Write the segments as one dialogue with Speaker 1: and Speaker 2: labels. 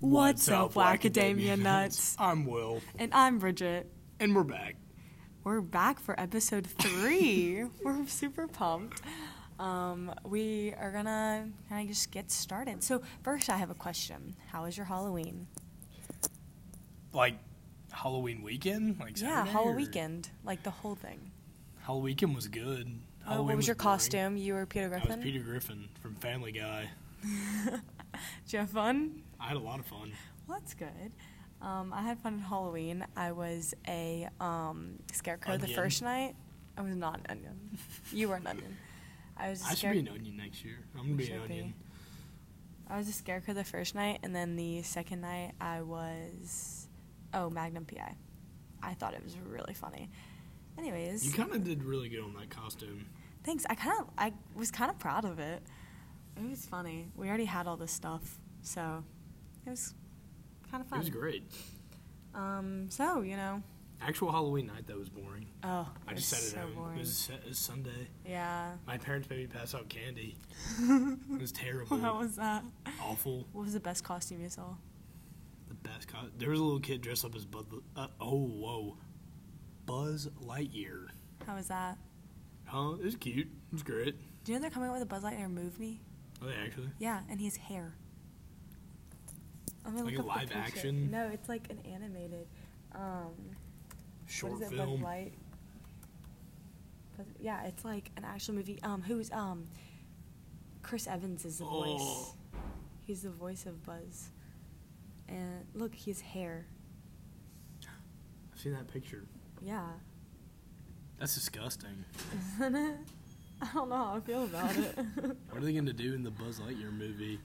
Speaker 1: What's up, Wackademia Nuts?
Speaker 2: I'm Will,
Speaker 1: And I'm Bridget.
Speaker 2: and we're back.
Speaker 1: We're back for episode three. We're super pumped. Um, we are gonna kind of just get started. So first, I have a question. How was your Halloween?
Speaker 2: Like Halloween weekend, like
Speaker 1: yeah,
Speaker 2: Saturday
Speaker 1: Halloween
Speaker 2: or-
Speaker 1: weekend, like the whole thing.
Speaker 2: Halloween weekend was good.
Speaker 1: Uh, what
Speaker 2: Halloween
Speaker 1: was, your
Speaker 2: boring.
Speaker 1: costume? You were Peter
Speaker 2: I
Speaker 1: Griffin.
Speaker 2: was Peter Griffin from Family Guy.
Speaker 1: Did you have fun?
Speaker 2: I had a lot of fun.
Speaker 1: Well, that's good. Um, I had fun at Halloween. I was a um, scarecrow the
Speaker 2: Onion.
Speaker 1: first night. I was not an onion. You were an onion. I was a
Speaker 2: I should
Speaker 1: scare-
Speaker 2: be an onion next year. I'm gonna
Speaker 1: You
Speaker 2: be an
Speaker 1: should be.
Speaker 2: onion.
Speaker 1: I was a scarecrow the first night, and then the second night I was oh Magnum PI. I thought it was really funny. Anyways,
Speaker 2: You kind of did really good on that costume.
Speaker 1: thanks. I kind of I was kind of proud of it. It was funny. We already had all this stuff, so it was kind of fun.
Speaker 2: It was great.
Speaker 1: Um, so you know,
Speaker 2: Actual Halloween night though was boring.
Speaker 1: oh,
Speaker 2: I
Speaker 1: it
Speaker 2: just
Speaker 1: was
Speaker 2: sat
Speaker 1: so
Speaker 2: at home.
Speaker 1: boring.
Speaker 2: It was, Sa- it was Sunday.
Speaker 1: yeah.
Speaker 2: My parents made me pass out candy. It was terrible.
Speaker 1: How was that?
Speaker 2: awful.
Speaker 1: What was the best costume you saw?
Speaker 2: The best costume. There was a little kid dressed up as Bud. Uh, oh whoa, Buzz Lightyear.
Speaker 1: How was that?
Speaker 2: Huh? It was cute. It was great.
Speaker 1: Do you know they're coming out with a Buzz Lightyear movie?
Speaker 2: Are they actually?
Speaker 1: Yeah, and his hair. I'm gonna
Speaker 2: Like a
Speaker 1: look up the
Speaker 2: live
Speaker 1: picture.
Speaker 2: action?
Speaker 1: No, it's like an animated. Um,
Speaker 2: Short
Speaker 1: what is it? Bud
Speaker 2: film.
Speaker 1: Light. Buzz, yeah, it's like an actual movie. Um, who's um, Chris Evans is the voice.
Speaker 2: Oh.
Speaker 1: He's the voice of Buzz. And look, his hair.
Speaker 2: I've seen that picture.
Speaker 1: Yeah.
Speaker 2: That's disgusting.
Speaker 1: Isn't it? I don't know how I feel about it.
Speaker 2: What are they gonna do in the Buzz Lightyear movie?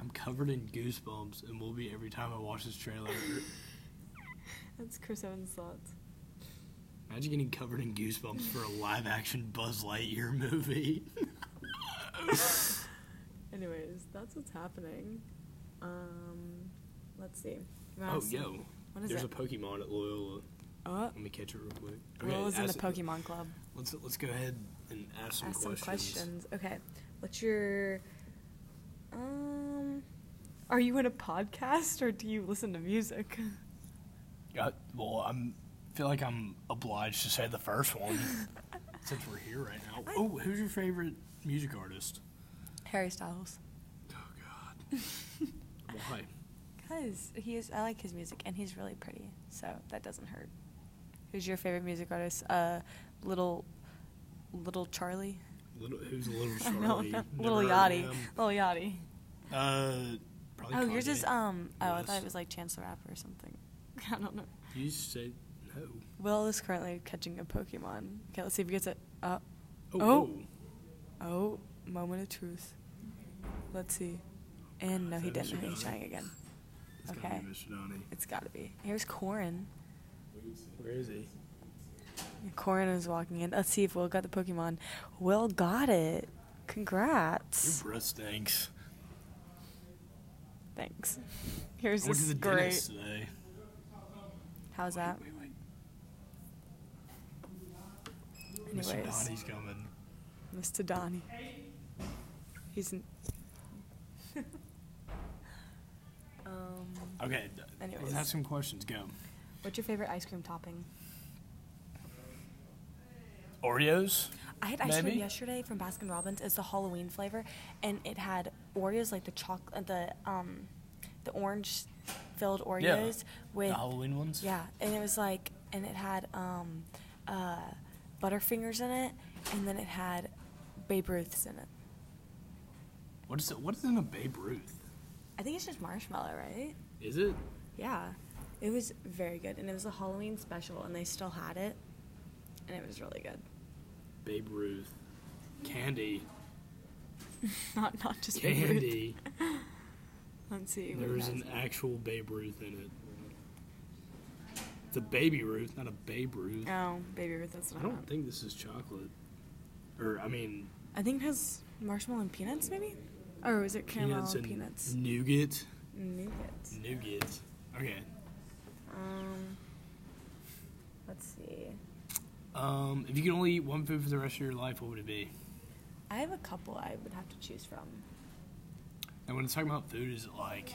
Speaker 2: I'm covered in goosebumps and will be every time I watch this trailer.
Speaker 1: That's Chris Evans' thoughts.
Speaker 2: Imagine getting covered in goosebumps for a live action Buzz Lightyear movie. Oh,
Speaker 1: Anyways, that's what's happening. Um, let's see. What
Speaker 2: oh
Speaker 1: else?
Speaker 2: yo.
Speaker 1: What is
Speaker 2: There's
Speaker 1: it?
Speaker 2: a Pokemon at Loyola.
Speaker 1: oh,
Speaker 2: Let me catch it real quick.
Speaker 1: Will is in the
Speaker 2: ask-
Speaker 1: Pokemon Club.
Speaker 2: Let's let's go ahead and ask some
Speaker 1: Ask
Speaker 2: questions.
Speaker 1: some questions. Okay, what's your um? Are you in a podcast or do you listen to music?
Speaker 2: Uh, well, I'm feel like I'm obliged to say the first one since we're here right now.
Speaker 1: I-
Speaker 2: Oh, who's your favorite music artist?
Speaker 1: Harry Styles.
Speaker 2: Oh God. Why?
Speaker 1: Cause he is, I like his music and he's really pretty, so that doesn't hurt. Who's your favorite music artist? Uh, little, little Charlie.
Speaker 2: Little, who's Little
Speaker 1: I don't
Speaker 2: Charlie?
Speaker 1: know.
Speaker 2: Never
Speaker 1: Little
Speaker 2: heard of
Speaker 1: Yachty.
Speaker 2: him.
Speaker 1: Little Yachty.
Speaker 2: Uh, probably.
Speaker 1: Oh, yours is
Speaker 2: Kanye.
Speaker 1: um. Oh, I thought
Speaker 2: Yes.
Speaker 1: it was like Chance the Rapper or something. I don't know.
Speaker 2: You say no.
Speaker 1: Will is currently catching a Pokemon. Okay, let's see if he gets it. Uh,
Speaker 2: Oh,
Speaker 1: Oh.
Speaker 2: whoa.
Speaker 1: oh, moment of truth. Let's see. And no,
Speaker 2: Is
Speaker 1: he
Speaker 2: that
Speaker 1: didn't.
Speaker 2: Mr.
Speaker 1: He's
Speaker 2: Donnie?
Speaker 1: trying again.
Speaker 2: It's gotta
Speaker 1: Okay.
Speaker 2: be Mr. Donnie.
Speaker 1: It's gotta be. Here's Corin.
Speaker 2: Where is he?
Speaker 1: Corin is walking in. Let's see if Will got the Pokemon. Will got it.
Speaker 2: Your
Speaker 1: Congrats.
Speaker 2: breath stinks.
Speaker 1: Thanks. Here's
Speaker 2: I went to
Speaker 1: this
Speaker 2: the
Speaker 1: great.
Speaker 2: dentist today.
Speaker 1: How's that?
Speaker 2: Wait, wait, wait. Mr.
Speaker 1: Anyways,
Speaker 2: Donnie's coming.
Speaker 1: Mr. Donnie. He's in. um.
Speaker 2: Okay. d-
Speaker 1: Anyways.
Speaker 2: Let's ask some questions. Go.
Speaker 1: What's your favorite ice cream topping?
Speaker 2: Oreos.
Speaker 1: I had ice cream
Speaker 2: Maybe?
Speaker 1: yesterday from Baskin Robbins. It's the Halloween flavor, and it had Oreos, like the chocolate, the um, the orange filled Oreos with
Speaker 2: the Halloween ones.
Speaker 1: yeah, and it was like, and it had um, uh, Butterfingers in it, and then it had Babe Ruth's in it.
Speaker 2: What is it? What is in a Babe Ruth?
Speaker 1: I think it's just marshmallow, right?
Speaker 2: Is it?
Speaker 1: Yeah, it was very good, and it was a Halloween special, and they still had it, and it was really good.
Speaker 2: Babe Ruth. Candy.
Speaker 1: Not not just Babe Ruth.
Speaker 2: Candy.
Speaker 1: Let's see.
Speaker 2: there
Speaker 1: what
Speaker 2: was
Speaker 1: else.
Speaker 2: an actual Babe Ruth in it. It's a baby Ruth, not a Babe Ruth.
Speaker 1: Oh, Baby Ruth, that's
Speaker 2: I
Speaker 1: not.
Speaker 2: don't think this is chocolate. Or I mean,
Speaker 1: I think it has marshmallow and peanuts, maybe? Or was it caramel
Speaker 2: peanuts and
Speaker 1: and peanuts?
Speaker 2: nougat.
Speaker 1: Nougat.
Speaker 2: Nougat. Okay.
Speaker 1: Um, let's see.
Speaker 2: Um, if you could only eat one food for the rest of your life, what would it be?
Speaker 1: I have a couple I would have to choose from.
Speaker 2: And when it's talking about food, is it like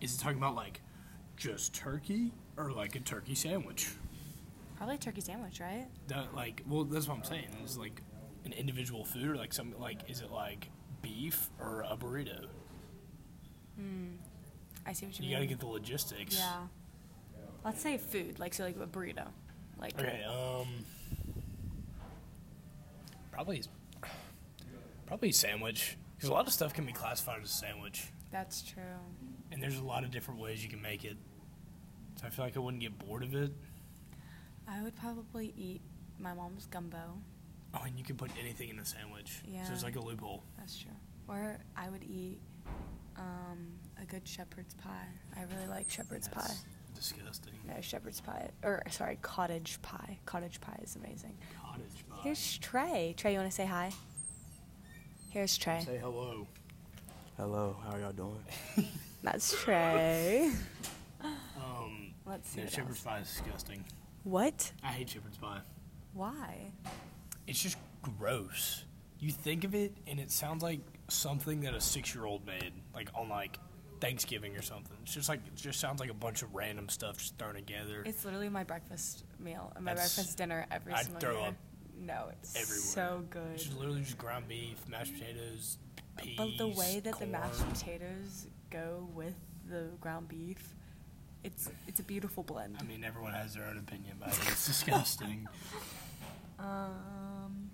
Speaker 2: Is it talking about like just turkey or like a turkey sandwich?
Speaker 1: Probably turkey sandwich, right?
Speaker 2: That like, well, that's what I'm saying. Is it, like an individual food or like some like is it like beef or a burrito?
Speaker 1: Mm. I see what you,
Speaker 2: You
Speaker 1: mean.
Speaker 2: gotta get the logistics.
Speaker 1: yeah. Let's say food, like so, like a burrito, like
Speaker 2: Okay. Um. Probably. Probably sandwich because a lot of stuff can be classified as a sandwich,
Speaker 1: that's true.
Speaker 2: and there's a lot of different ways you can make it. So I feel like I wouldn't get bored of it.
Speaker 1: I would probably eat my mom's gumbo.
Speaker 2: Oh, and you can put anything in a sandwich.
Speaker 1: Yeah.
Speaker 2: So it's like a loophole.
Speaker 1: That's true. Or I would eat um, a good shepherd's pie. I really like shepherd's pie.
Speaker 2: That's Disgusting.
Speaker 1: No, shepherd's pie. Or sorry, cottage pie. Cottage pie is amazing.
Speaker 2: Cottage pie.
Speaker 1: Here's Trey. Trey, you want to say hi? Here's Trey.
Speaker 2: Say hello.
Speaker 3: Hello, how are y'all doing?
Speaker 1: That's Trey.
Speaker 2: Um,
Speaker 1: Let's see.
Speaker 2: no,
Speaker 1: what,
Speaker 2: shepherd's
Speaker 1: else.
Speaker 2: pie is disgusting.
Speaker 1: what?
Speaker 2: I hate shepherd's pie.
Speaker 1: Why?
Speaker 2: It's just gross. You think of it, and it sounds like something that a six-year-old made, like on like Thanksgiving or something. It's just like it just sounds like a bunch of random stuff just thrown together.
Speaker 1: It's literally my breakfast meal, my
Speaker 2: That's-
Speaker 1: breakfast dinner every
Speaker 2: I'd
Speaker 1: single
Speaker 2: throw
Speaker 1: year.
Speaker 2: up
Speaker 1: No, it's
Speaker 2: everywhere.
Speaker 1: so
Speaker 2: It's
Speaker 1: good.
Speaker 2: just literally just ground beef, mashed potatoes, peas.
Speaker 1: But the way that the mashed
Speaker 2: corn.
Speaker 1: potatoes go with the ground beef, it's it's a beautiful blend.
Speaker 2: I mean, everyone has their own opinion about it. It's disgusting.
Speaker 1: Um,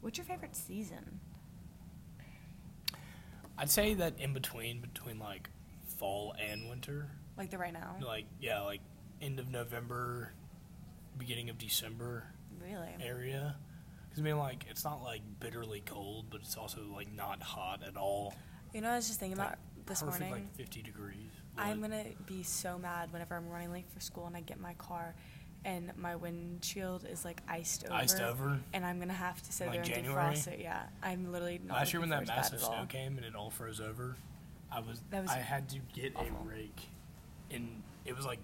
Speaker 1: what's your favorite season?
Speaker 2: I'd say that in between, between like fall and winter,
Speaker 1: Like the right now?
Speaker 2: like yeah, like end of November, beginning of December
Speaker 1: Really?
Speaker 2: area. Because I mean, like it's not like bitterly cold, but it's also like not hot at all.
Speaker 1: You know, I was just thinking
Speaker 2: Like,
Speaker 1: about this
Speaker 2: Perfect,
Speaker 1: morning.
Speaker 2: like fifty degrees.
Speaker 1: I'm
Speaker 2: Like,
Speaker 1: gonna be so mad whenever I'm running late for school and I get my car, and my windshield is like iced over.
Speaker 2: iced over.
Speaker 1: And I'm gonna have to sit
Speaker 2: Like
Speaker 1: there and
Speaker 2: January?
Speaker 1: defrost it. Yeah, I'm literally not.
Speaker 2: Last year when
Speaker 1: looking
Speaker 2: that
Speaker 1: forward to at
Speaker 2: massive
Speaker 1: all.
Speaker 2: snow came and it all froze over, I was,
Speaker 1: That was
Speaker 2: I had to get
Speaker 1: awful.
Speaker 2: a rake, and it was like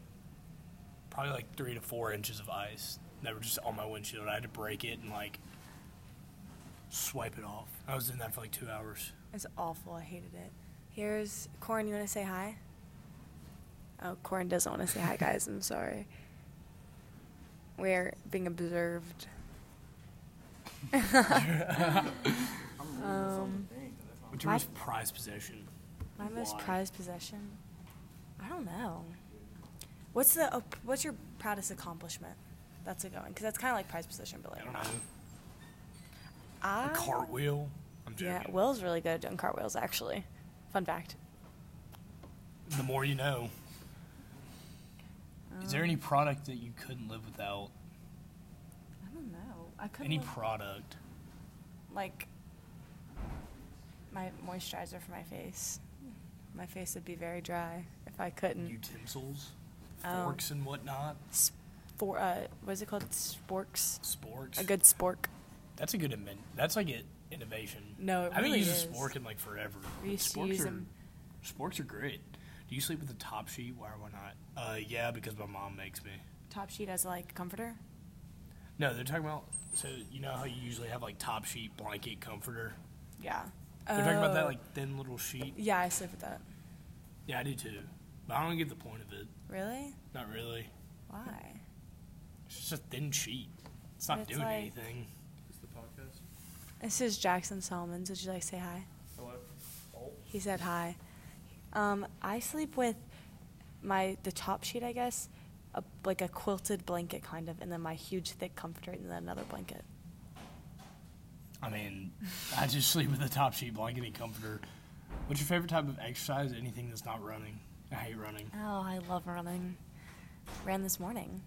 Speaker 2: probably like three to four inches of ice that were just on my windshield. I had to break it and like swipe it off. I was in that for like two hours.
Speaker 1: It's awful. I hated it. Here's Corin. You want to say hi? Oh, Corin doesn't want to say hi, guys. I'm sorry. We're being observed. Um,
Speaker 2: What's your
Speaker 1: My-
Speaker 2: most prized possession?
Speaker 1: my most
Speaker 2: Why?
Speaker 1: prized possession. I don't know. What's the oh, what's your proudest accomplishment? That's a good one because that's kind of like prized possession, but
Speaker 2: I
Speaker 1: like
Speaker 2: don't know.
Speaker 1: I,
Speaker 2: A cartwheel. I'm joking.
Speaker 1: Yeah, Will's really good at doing cartwheels. Actually, fun fact.
Speaker 2: the more you know. Is there
Speaker 1: um,
Speaker 2: any product that you couldn't live without?
Speaker 1: I don't know. I couldn't.
Speaker 2: Any
Speaker 1: look-
Speaker 2: product?
Speaker 1: like my moisturizer for my face. My face would be very dry if I couldn't.
Speaker 2: Utensils?
Speaker 1: Oh.
Speaker 2: Forks and whatnot?
Speaker 1: S- For uh, what is it called? Sporks.
Speaker 2: Sporks?
Speaker 1: A good spork.
Speaker 2: That's a good invent. That's like an innovation.
Speaker 1: No, it
Speaker 2: I haven't
Speaker 1: really
Speaker 2: used
Speaker 1: is.
Speaker 2: a spork in like forever.
Speaker 1: We used to
Speaker 2: sporks
Speaker 1: use
Speaker 2: are,
Speaker 1: 'em.
Speaker 2: Sporks are great. Do you sleep with a top sheet? Why or why not? Uh, yeah, because my mom makes me.
Speaker 1: Top sheet as like comforter.
Speaker 2: No, they're talking about. So you know how you usually have like top sheet, blanket, comforter.
Speaker 1: Yeah.
Speaker 2: They're talking about that
Speaker 1: Oh.
Speaker 2: like thin little sheet.
Speaker 1: Yeah, I sleep with that.
Speaker 2: Yeah, I do too, but I don't get the point of it.
Speaker 1: Really?
Speaker 2: Not really.
Speaker 1: Why?
Speaker 2: It's just a thin sheet. It's not
Speaker 1: It's
Speaker 2: doing
Speaker 1: like-
Speaker 2: anything.
Speaker 3: Is the podcast?
Speaker 1: This is Jackson Solomons. Would you like to say hi?
Speaker 3: Hello.
Speaker 1: He said hi. Um, I sleep with my the top sheet, I guess, a, like a quilted blanket kind of, and then my huge thick comforter, and then another blanket.
Speaker 2: I mean, I just sleep with a top sheet, blanket, and comforter. What's your favorite type of exercise? Anything that's not running. I hate running.
Speaker 1: Oh, I love running. Ran this morning.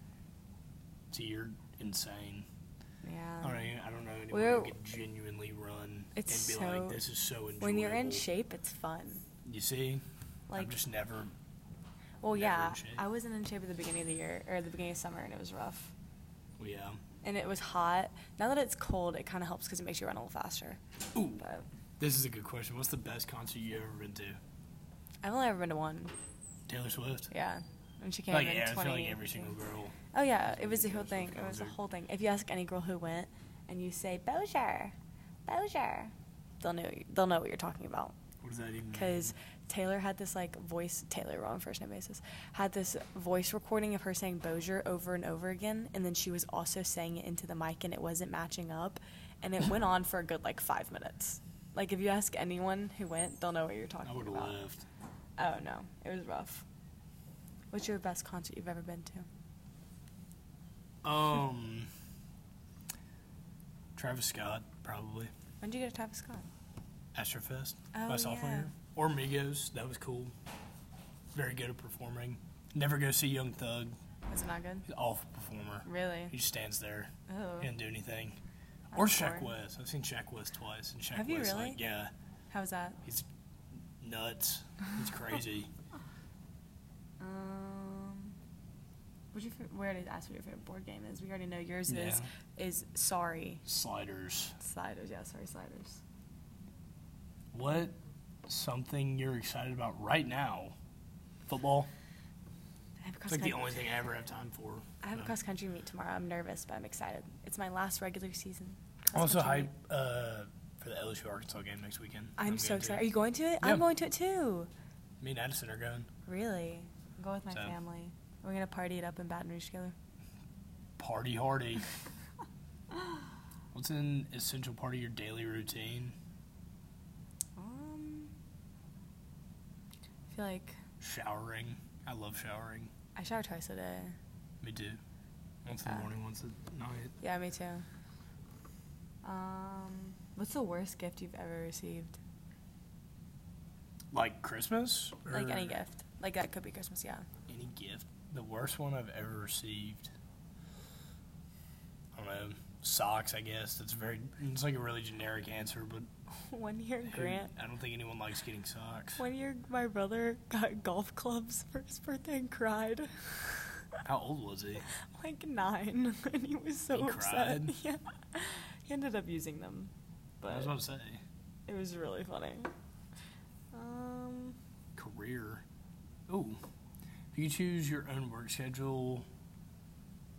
Speaker 2: See, you're insane.
Speaker 1: Yeah.
Speaker 2: I don't, know, I don't know anyone
Speaker 1: We're-
Speaker 2: who could genuinely run
Speaker 1: It's
Speaker 2: and be like,
Speaker 1: so-
Speaker 2: "This is so enjoyable."
Speaker 1: When you're in shape, it's fun.
Speaker 2: you see,
Speaker 1: Like,
Speaker 2: I'm just never.
Speaker 1: well,
Speaker 2: never
Speaker 1: yeah,
Speaker 2: in shape.
Speaker 1: I wasn't in shape at the beginning of the year or the beginning of summer, and it was rough.
Speaker 2: Yeah.
Speaker 1: And it was hot. Now that it's cold, it kind of helps because it makes you run a little faster.
Speaker 2: Ooh,
Speaker 1: But
Speaker 2: this is a good question. What's the best concert you ever been to?
Speaker 1: I've only ever been to one.
Speaker 2: Taylor Swift.
Speaker 1: Yeah, and she came
Speaker 2: Like
Speaker 1: in
Speaker 2: yeah, I
Speaker 1: 20.
Speaker 2: feel like every single girl.
Speaker 1: Oh yeah, it
Speaker 2: It
Speaker 1: was
Speaker 2: was
Speaker 1: the whole
Speaker 2: a
Speaker 1: thing. It was the
Speaker 2: concert.
Speaker 1: whole thing. If you ask any girl who went, and you say Bozier, Bozier, they'll know they'll know what you're talking about.
Speaker 2: What What does that even mean?
Speaker 1: because Taylor had this like voice Taylor we're on first name basis had this voice recording of her saying Bozier over and over again, and then she was also saying it into the mic, and it wasn't matching up, and it went on for a good like five minutes. Like if you ask anyone who went, they'll know what you're talking
Speaker 2: I would have
Speaker 1: about.
Speaker 2: left.
Speaker 1: Oh no, it was rough. What's your best concert you've ever been to?
Speaker 2: Um, Travis Scott probably
Speaker 1: When did you go to Travis Scott?
Speaker 2: Astrofest
Speaker 1: Oh,
Speaker 2: my sophomore
Speaker 1: yeah.
Speaker 2: year or Migos. That was cool. Very good at performing. Never go see Young Thug.
Speaker 1: Was it not good?
Speaker 2: He's an awful performer.
Speaker 1: Really?
Speaker 2: He just stands there.
Speaker 1: Oh,
Speaker 2: He doesn't do anything.
Speaker 1: That's
Speaker 2: Or Shaq
Speaker 1: boring.
Speaker 2: West. I've seen Shaq West twice, and Shaq
Speaker 1: Have you
Speaker 2: West
Speaker 1: really?
Speaker 2: like yeah,
Speaker 1: how was that?
Speaker 2: he's nuts. He's crazy.
Speaker 1: Um, what's your favorite, we already asked what your favorite board game is. We already know yours is
Speaker 2: Yeah.
Speaker 1: is Sorry
Speaker 2: Sliders.
Speaker 1: Sliders. Yeah, Sorry Sliders.
Speaker 2: What something you're excited about right now? Football.
Speaker 1: I have a
Speaker 2: It's
Speaker 1: cross
Speaker 2: like
Speaker 1: country.
Speaker 2: the only thing I ever have time for.
Speaker 1: I have a
Speaker 2: So.
Speaker 1: cross country meet tomorrow. I'm nervous, but I'm excited. It's my last regular season.
Speaker 2: I'm also
Speaker 1: cross-country
Speaker 2: hype
Speaker 1: meet.
Speaker 2: uh, for the LSU Arkansas game next weekend.
Speaker 1: I'm
Speaker 2: going
Speaker 1: so
Speaker 2: to.
Speaker 1: excited. Are you going to it? I'm
Speaker 2: Yeah.
Speaker 1: going to it too.
Speaker 2: Me and Addison are going.
Speaker 1: Really? I'm going with my
Speaker 2: So.
Speaker 1: family. We're gonna party it up in Baton Rouge together.
Speaker 2: Party hardy. What's an essential part of your daily routine?
Speaker 1: Um, I feel like
Speaker 2: Showering. I love showering.
Speaker 1: I shower twice a day.
Speaker 2: Me too. Once in the
Speaker 1: Uh.
Speaker 2: morning, once at night.
Speaker 1: Yeah, me too. Um, what's the worst gift you've ever received?
Speaker 2: Like Christmas?
Speaker 1: Like
Speaker 2: Or
Speaker 1: any gift. Like that could be Christmas, yeah.
Speaker 2: Any gift. The worst one I've ever received. I don't know. Socks, I guess. That's very. It's like a really generic answer, but
Speaker 1: One year,
Speaker 2: who-
Speaker 1: Grant.
Speaker 2: I don't think anyone likes getting socks.
Speaker 1: One year, my brother got golf clubs for his birthday and cried.
Speaker 2: How old was he?
Speaker 1: like nine, and he was so
Speaker 2: He
Speaker 1: upset.
Speaker 2: cried?
Speaker 1: Yeah, he ended up using them,
Speaker 2: I
Speaker 1: but
Speaker 2: was about to say.
Speaker 1: it was really funny. Um,
Speaker 2: career. Ooh. If you choose your own work schedule,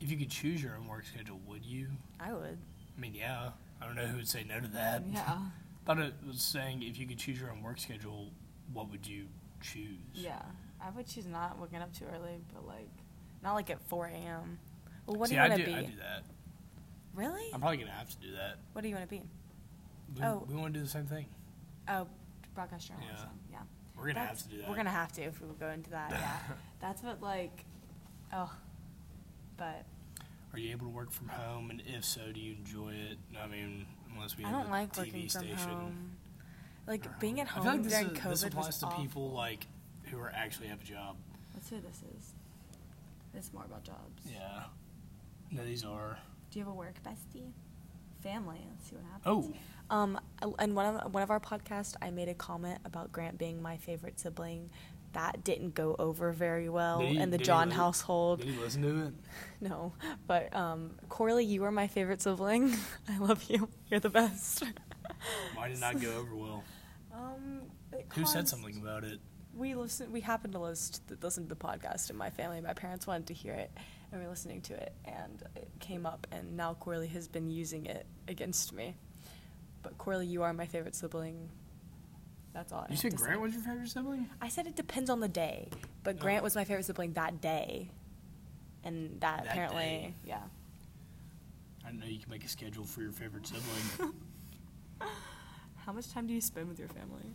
Speaker 2: if you could choose your own work schedule, would you?
Speaker 1: I would.
Speaker 2: I mean, yeah. I don't know who would say no to that.
Speaker 1: Yeah,
Speaker 2: But it was saying if you could choose your own work schedule, what would you choose?
Speaker 1: yeah. I would choose not waking up too early, but like not like at 4 a.m. Well, what
Speaker 2: See,
Speaker 1: do you
Speaker 2: I
Speaker 1: want
Speaker 2: do,
Speaker 1: to be?
Speaker 2: I do that.
Speaker 1: Really?
Speaker 2: I'm probably gonna have to do that.
Speaker 1: What do you want to be?
Speaker 2: We,
Speaker 1: Oh.
Speaker 2: we want to do the same thing.
Speaker 1: Oh, broadcast journalism. Yeah.
Speaker 2: We're gonna
Speaker 1: That's-
Speaker 2: have to do that.
Speaker 1: We're gonna have to if we go into that. Yeah. That's what like, oh, but
Speaker 2: Are you able to work from home? And if so, do you enjoy it? I mean, unless we
Speaker 1: I
Speaker 2: have
Speaker 1: don't
Speaker 2: a
Speaker 1: like
Speaker 2: TV
Speaker 1: working from
Speaker 2: station.
Speaker 1: home.
Speaker 2: or
Speaker 1: Like being at home
Speaker 2: I feel like this,
Speaker 1: during
Speaker 2: is-
Speaker 1: COVID
Speaker 2: this
Speaker 1: was
Speaker 2: applies to
Speaker 1: awful.
Speaker 2: people like who are actually have a job.
Speaker 1: Let's see who this is. It's more about jobs.
Speaker 2: Yeah. No, these are.
Speaker 1: Do you have a work bestie? Family. Let's see what happens.
Speaker 2: Oh,
Speaker 1: Um, and one of one of our podcasts, I made a comment about Grant being my favorite sibling. That didn't go over very well
Speaker 2: Did he-
Speaker 1: in the
Speaker 2: did he
Speaker 1: John
Speaker 2: like-
Speaker 1: household.
Speaker 2: did he listen to it?
Speaker 1: No, but um, Corley, you are my favorite sibling. I love you. You're the best.
Speaker 2: Why did it not go over well?
Speaker 1: Um, it
Speaker 2: Who said
Speaker 1: caused-
Speaker 2: something about it?
Speaker 1: We listen. We happened to list, listen to the podcast, and my family, and my parents wanted to hear it, and we were listening to it, and it came up, and now Corley has been using it against me. But Corley, you are my favorite sibling. That's all. I
Speaker 2: You
Speaker 1: have
Speaker 2: said
Speaker 1: to say.
Speaker 2: Grant was your favorite sibling?
Speaker 1: I said it depends on the day, but Grant
Speaker 2: Oh.
Speaker 1: was my favorite sibling that day, and that,
Speaker 2: That
Speaker 1: apparently,
Speaker 2: day.
Speaker 1: yeah.
Speaker 2: I didn't know you could make a schedule for your favorite sibling.
Speaker 1: How much time do you spend with your family?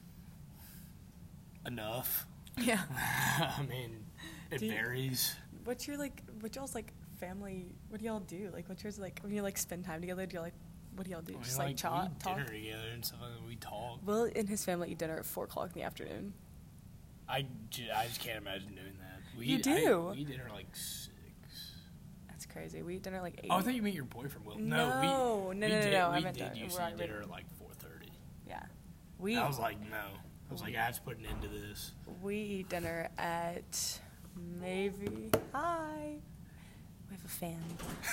Speaker 2: Enough.
Speaker 1: Yeah.
Speaker 2: I mean, it
Speaker 1: Do you-
Speaker 2: varies.
Speaker 1: What's your like? What y'all's like family? What do y'all do? Like, what's yours like when you like spend time together? Do y'all like? What do y'all do?
Speaker 2: I mean,
Speaker 1: Just like, chat,
Speaker 2: we eat
Speaker 1: talk.
Speaker 2: dinner together and stuff like that. We talk.
Speaker 1: Will and his family eat dinner at four o'clock in the afternoon.
Speaker 2: I, ju- I just can't imagine doing that. We
Speaker 1: You
Speaker 2: eat, I-
Speaker 1: do.
Speaker 2: we eat dinner like six.
Speaker 1: That's crazy. We eat dinner at like eight.
Speaker 2: Oh, I thought you meant your boyfriend Will. we,
Speaker 1: No, no,
Speaker 2: we
Speaker 1: no, no,
Speaker 2: did,
Speaker 1: no,
Speaker 2: We
Speaker 1: I meant
Speaker 2: did
Speaker 1: that. We're
Speaker 2: used to eat
Speaker 1: already-
Speaker 2: dinner at like four thirty.
Speaker 1: yeah. We
Speaker 2: I was like, no. I was like, I have to put an end to this.
Speaker 1: we eat dinner at maybe hi. We have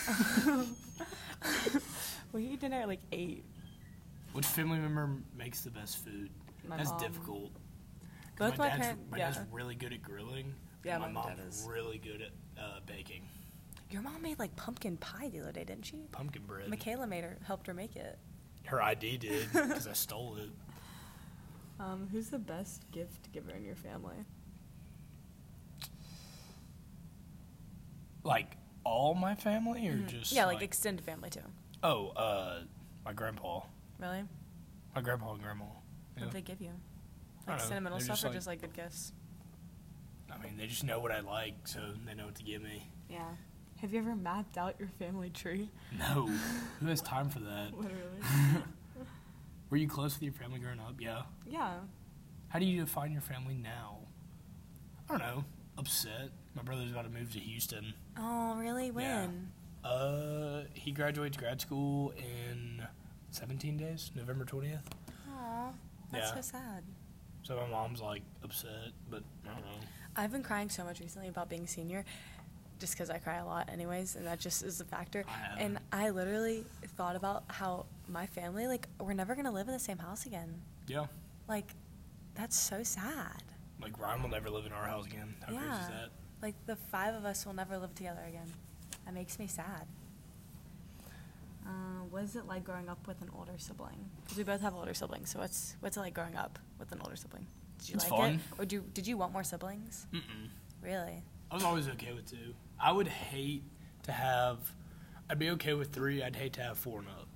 Speaker 1: a fan. we eat dinner at like eight.
Speaker 2: Which family member makes the best food?
Speaker 1: My
Speaker 2: That's
Speaker 1: mom.
Speaker 2: difficult. 'Cause
Speaker 1: Both my
Speaker 2: dad's,
Speaker 1: parents.
Speaker 2: My
Speaker 1: Yeah.
Speaker 2: dad's really good at grilling.
Speaker 1: Yeah,
Speaker 2: and my
Speaker 1: my dad
Speaker 2: mom's
Speaker 1: is.
Speaker 2: really good at uh, baking
Speaker 1: Your mom made like pumpkin pie the other day, didn't she?
Speaker 2: pumpkin bread.
Speaker 1: Michaela made her helped her make it.
Speaker 2: Her ID did because I stole it.
Speaker 4: Um, who's the best gift giver in your family?
Speaker 2: Like all my family, or
Speaker 1: Mhm.
Speaker 2: just
Speaker 1: yeah, like, extended family too.
Speaker 2: oh, uh, my grandpa,
Speaker 1: Really?
Speaker 2: my grandpa and grandma. Yeah.
Speaker 1: What do they give you?
Speaker 2: I don't
Speaker 1: Like
Speaker 2: know.
Speaker 1: sentimental
Speaker 2: They're
Speaker 1: stuff
Speaker 2: just
Speaker 1: or
Speaker 2: like-
Speaker 1: just like good gifts?
Speaker 2: I mean, they just know what I like, so they know what to give me.
Speaker 4: Yeah. Have you ever mapped out your family tree?
Speaker 2: No, who has time for that?
Speaker 4: Literally.
Speaker 2: Were you close with your family growing up? Yeah.
Speaker 4: yeah.
Speaker 2: How do you define your family now? I don't know. Upset. My brother's about to move to Houston.
Speaker 1: Oh, really? When?
Speaker 2: Uh, he graduates grad school in 17 days, November 20th.
Speaker 1: Aw, that's
Speaker 2: Yeah.
Speaker 1: so sad.
Speaker 2: So my mom's like upset, but I don't know.
Speaker 1: I've been crying so much recently about being senior, just because I cry a lot, anyways, and that just is a factor.
Speaker 2: I
Speaker 1: and
Speaker 2: haven't.
Speaker 1: I literally thought about how my family, like, we're never gonna live in the same house again.
Speaker 2: Yeah.
Speaker 1: Like, that's so sad.
Speaker 2: Like Ryan will never live in our house again. How crazy
Speaker 1: Yeah.
Speaker 2: is that?
Speaker 1: Like, the five of us will never live together again. That makes me sad. Uh, what is it like growing up with an older sibling? Because we both have older siblings, so what's what's it like growing up with an older sibling? Did you
Speaker 2: It's
Speaker 1: like it,
Speaker 2: fun.
Speaker 1: or do did you want more siblings?
Speaker 2: Mm-mm.
Speaker 1: Really?
Speaker 2: I was always okay with two. I would hate to have. I'd be okay with three. I'd hate to have four and up.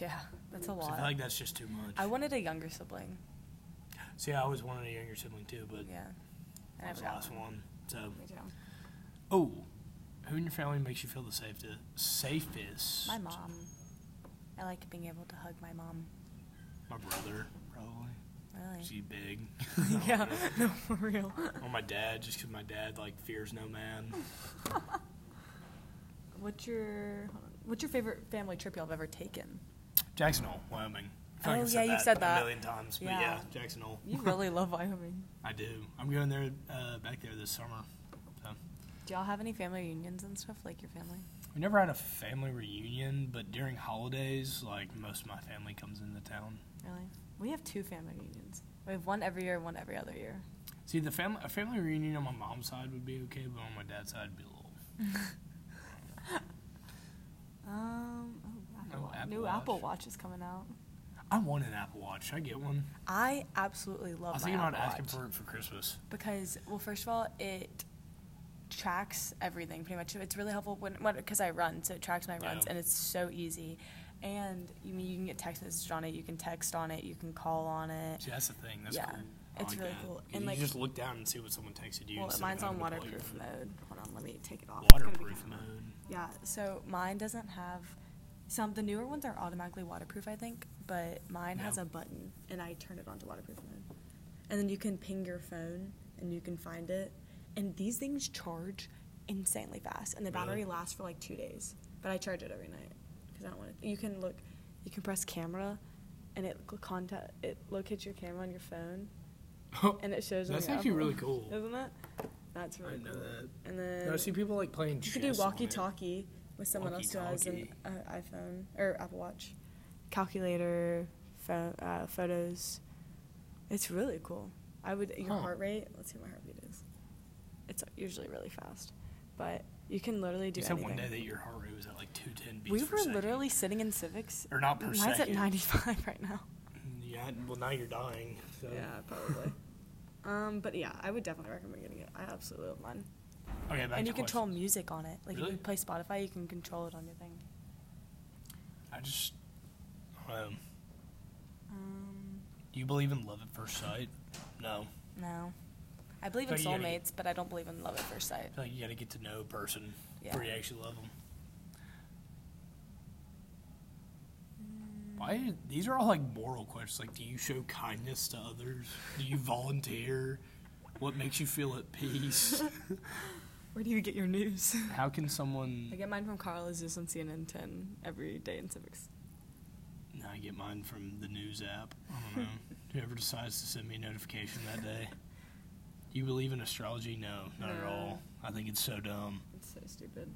Speaker 1: Yeah, that's a
Speaker 2: 'Cause I
Speaker 1: lot.
Speaker 2: feel like that's just too much.
Speaker 1: I wanted a younger sibling.
Speaker 2: See, I always wanted a younger sibling too, but
Speaker 1: Yeah. I
Speaker 2: I
Speaker 1: never
Speaker 2: was the
Speaker 1: got
Speaker 2: last
Speaker 1: one.
Speaker 2: one. So,
Speaker 4: Me too.
Speaker 2: oh, who in your family makes you feel the safest? Safest?
Speaker 1: My mom. I like being able to hug my mom.
Speaker 2: My brother, probably.
Speaker 1: Really.
Speaker 2: She's big.
Speaker 1: yeah. No, for real.
Speaker 2: Or my dad, just 'cause my dad like fears no man.
Speaker 4: What's your hold on. What's your favorite family trip y'all have ever taken?
Speaker 2: Jackson Hole, Wyoming. I feel
Speaker 1: Oh,
Speaker 2: I've
Speaker 1: yeah, you've said that.
Speaker 2: a million times. But
Speaker 4: Yeah.
Speaker 2: yeah, Jackson Hole.
Speaker 4: You really love Wyoming.
Speaker 2: I do. I'm going there uh, back there this summer. So.
Speaker 1: Do y'all have any family reunions and stuff like your family?
Speaker 2: We never had a family reunion, but during holidays, like most of my family comes into town.
Speaker 1: Really?
Speaker 4: We have two family reunions.
Speaker 1: We have one every year, one every other year.
Speaker 2: See, the family a family reunion on my mom's side would be okay, but on my dad's side, it'd be a little.
Speaker 4: Um, oh, Apple
Speaker 2: No
Speaker 4: Watch.
Speaker 2: Apple
Speaker 4: new
Speaker 2: Watch.
Speaker 4: Apple Watch is coming out.
Speaker 2: I want an Apple Watch. Should I get one?
Speaker 1: I absolutely
Speaker 2: I
Speaker 1: love
Speaker 2: was
Speaker 1: my
Speaker 2: thinking about
Speaker 1: Apple
Speaker 2: asking
Speaker 1: Watch.
Speaker 2: for it for Christmas.
Speaker 1: because well first of all it tracks everything pretty much it's really helpful when because i run so it tracks my runs
Speaker 2: Yeah.
Speaker 1: and it's so easy and you mean you can get text messages on it you can text on it you can call on it
Speaker 2: See, that's the thing. That's
Speaker 1: Yeah,
Speaker 2: cool. I
Speaker 1: it's really cool.
Speaker 2: And
Speaker 1: And,
Speaker 2: you
Speaker 1: like-
Speaker 2: just look down and see what someone texted you.
Speaker 1: well
Speaker 2: instead of
Speaker 1: mine's on
Speaker 2: having to plug
Speaker 1: waterproof
Speaker 2: your
Speaker 1: mode hold on let me take it off It's gonna be
Speaker 2: Waterproof
Speaker 1: kinda loud.
Speaker 2: mode.
Speaker 1: yeah so mine doesn't have some the newer ones are automatically waterproof i think but mine has
Speaker 2: Yeah.
Speaker 1: a button and i turn it on to waterproof mode and then you can ping your phone and you can find it and these things charge insanely fast and the
Speaker 2: Really?
Speaker 1: battery lasts for like two days but i charge it every night because i don't want it you can look you can press camera and it cl- contact it locates your camera on your phone and it shows on
Speaker 2: That's
Speaker 1: your
Speaker 2: actually
Speaker 1: Apple.
Speaker 2: really cool.
Speaker 1: isn't it that's
Speaker 2: I
Speaker 1: really
Speaker 2: didn't know
Speaker 1: cool
Speaker 2: that.
Speaker 1: and then
Speaker 2: No, I see people like playing.
Speaker 1: you could do
Speaker 2: chess on
Speaker 1: walkie
Speaker 2: there.
Speaker 1: talkie with someone else who has an uh, iPhone or Apple Watch, calculator, pho- uh, photos. It's really cool. I would your
Speaker 2: Huh.
Speaker 1: heart rate. Let's see what my heartbeat is. It's usually really fast, but you can literally do
Speaker 2: You said
Speaker 1: anything.
Speaker 2: one day that your heart rate was at like 210 beats
Speaker 1: we
Speaker 2: per
Speaker 1: were
Speaker 2: second.
Speaker 1: literally sitting in civics.
Speaker 2: Or not per
Speaker 1: Mine's
Speaker 2: second.
Speaker 1: at 95 right now.
Speaker 2: Yeah, well now you're dying. So.
Speaker 1: probably. um, but yeah, I would definitely recommend getting it. I absolutely love mine.
Speaker 2: Okay, back
Speaker 1: and
Speaker 2: to
Speaker 1: you control
Speaker 2: questions.
Speaker 1: music on it. Like
Speaker 2: Really?
Speaker 1: you can play Spotify, you can control it on your thing.
Speaker 2: I just, um,
Speaker 1: Um,
Speaker 2: do you believe in love at first sight? No.
Speaker 1: No. I believe
Speaker 2: So
Speaker 1: in
Speaker 2: you gotta get-
Speaker 1: soulmates, but I don't believe in love at first sight.
Speaker 2: I feel like you gotta get to know a person before you
Speaker 1: Yeah.
Speaker 2: actually love them. Why? These are all like moral questions. Like, do you show kindness to others? Do you volunteer? What makes you feel at peace?
Speaker 4: Where do you get your news?
Speaker 2: How can someone?
Speaker 4: I get mine from Carl Aziz on CNN 10 every day in civics.
Speaker 2: No, I get mine from the news app. I don't know. Whoever decides to send me a notification that day. You believe in astrology? No, not at
Speaker 4: No.
Speaker 2: all. I think it's so dumb.
Speaker 4: It's so stupid.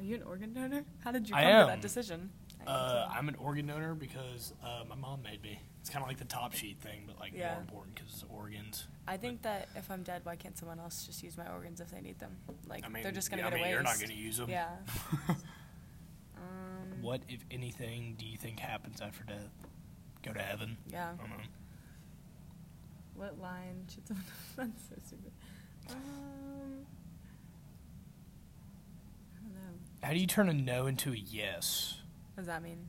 Speaker 4: Are you an organ donor? How did you
Speaker 2: I
Speaker 4: come to
Speaker 2: am.
Speaker 4: that decision? I am
Speaker 2: Uh,
Speaker 4: too.
Speaker 2: I'm an organ donor because uh, my mom made me. It's kind of like the top sheet thing, but like
Speaker 1: Yeah.
Speaker 2: more important because it's organs.
Speaker 1: I think that if I'm dead, why can't someone else just use my organs if they need them? Like
Speaker 2: I mean,
Speaker 1: they're just gonna
Speaker 2: yeah,
Speaker 1: get
Speaker 2: I mean,
Speaker 1: away.
Speaker 2: You're not gonna use them.
Speaker 1: Yeah. Um,
Speaker 2: What, if anything, do you think happens after death? Go to heaven?
Speaker 1: Yeah.
Speaker 2: I don't know.
Speaker 4: What line should someone? That's so stupid. Um, I don't know.
Speaker 2: How do you turn a no into a yes?
Speaker 4: What does that mean?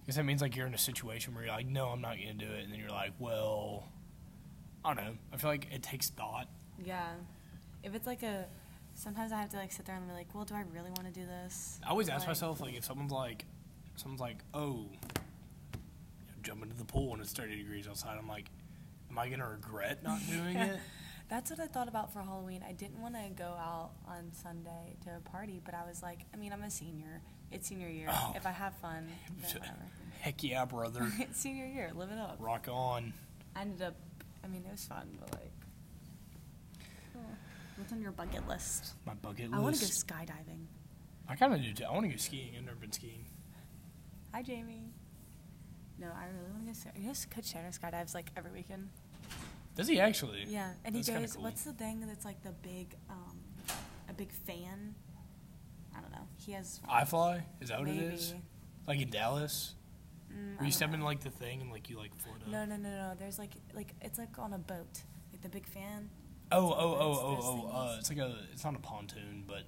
Speaker 2: Because that means like you're in a situation where you're like, no, I'm not gonna do it, and then you're like, well, I don't know. I feel like it takes thought.
Speaker 1: Yeah. If it's like a, sometimes I have to like sit there and be like, well, do I really want to do this?
Speaker 2: I always ask
Speaker 1: Like-
Speaker 2: myself like, if someone's like, someone's like, oh, you know, jump into the pool when it's 30 degrees outside, I'm like, am I gonna regret not doing it?
Speaker 1: That's what I thought about for Halloween. I didn't want to go out on Sunday to a party, but I was like, I mean, I'm a senior. It's senior year.
Speaker 2: Oh.
Speaker 1: If I have fun, then whatever.
Speaker 2: Heck yeah, brother.
Speaker 1: it's senior year. Live it up.
Speaker 2: Rock on.
Speaker 1: I ended up, I mean, it was fun, but like, what's on your bucket list?
Speaker 2: My bucket
Speaker 1: I want to go
Speaker 2: list.
Speaker 1: skydiving.
Speaker 2: I kind of do. Too. I want to go skiing. I've never been skiing.
Speaker 1: Hi, Jamie. No, I really want to go. Sky- you know, Coach Tanner skydives like every weekend.
Speaker 2: Does he actually?
Speaker 1: Yeah, and he
Speaker 2: That's kinda
Speaker 1: goes.
Speaker 2: cool.
Speaker 1: What's the thing that's like the big, um, a big fan? I don't know. He has.
Speaker 2: I fly? Is that what
Speaker 1: Maybe.
Speaker 2: it is? Like in
Speaker 1: Mm,
Speaker 2: Dallas?
Speaker 1: I
Speaker 2: Where you
Speaker 1: don't
Speaker 2: step
Speaker 1: know.
Speaker 2: in like the thing and like you like float up?
Speaker 1: No, no, no, no. There's like, like it's like on a boat, like the big fan.
Speaker 2: Oh, oh,
Speaker 1: It's
Speaker 2: oh,
Speaker 1: like those-
Speaker 2: oh,
Speaker 1: those
Speaker 2: oh, uh,
Speaker 1: things.
Speaker 2: it's like a, it's not a pontoon, but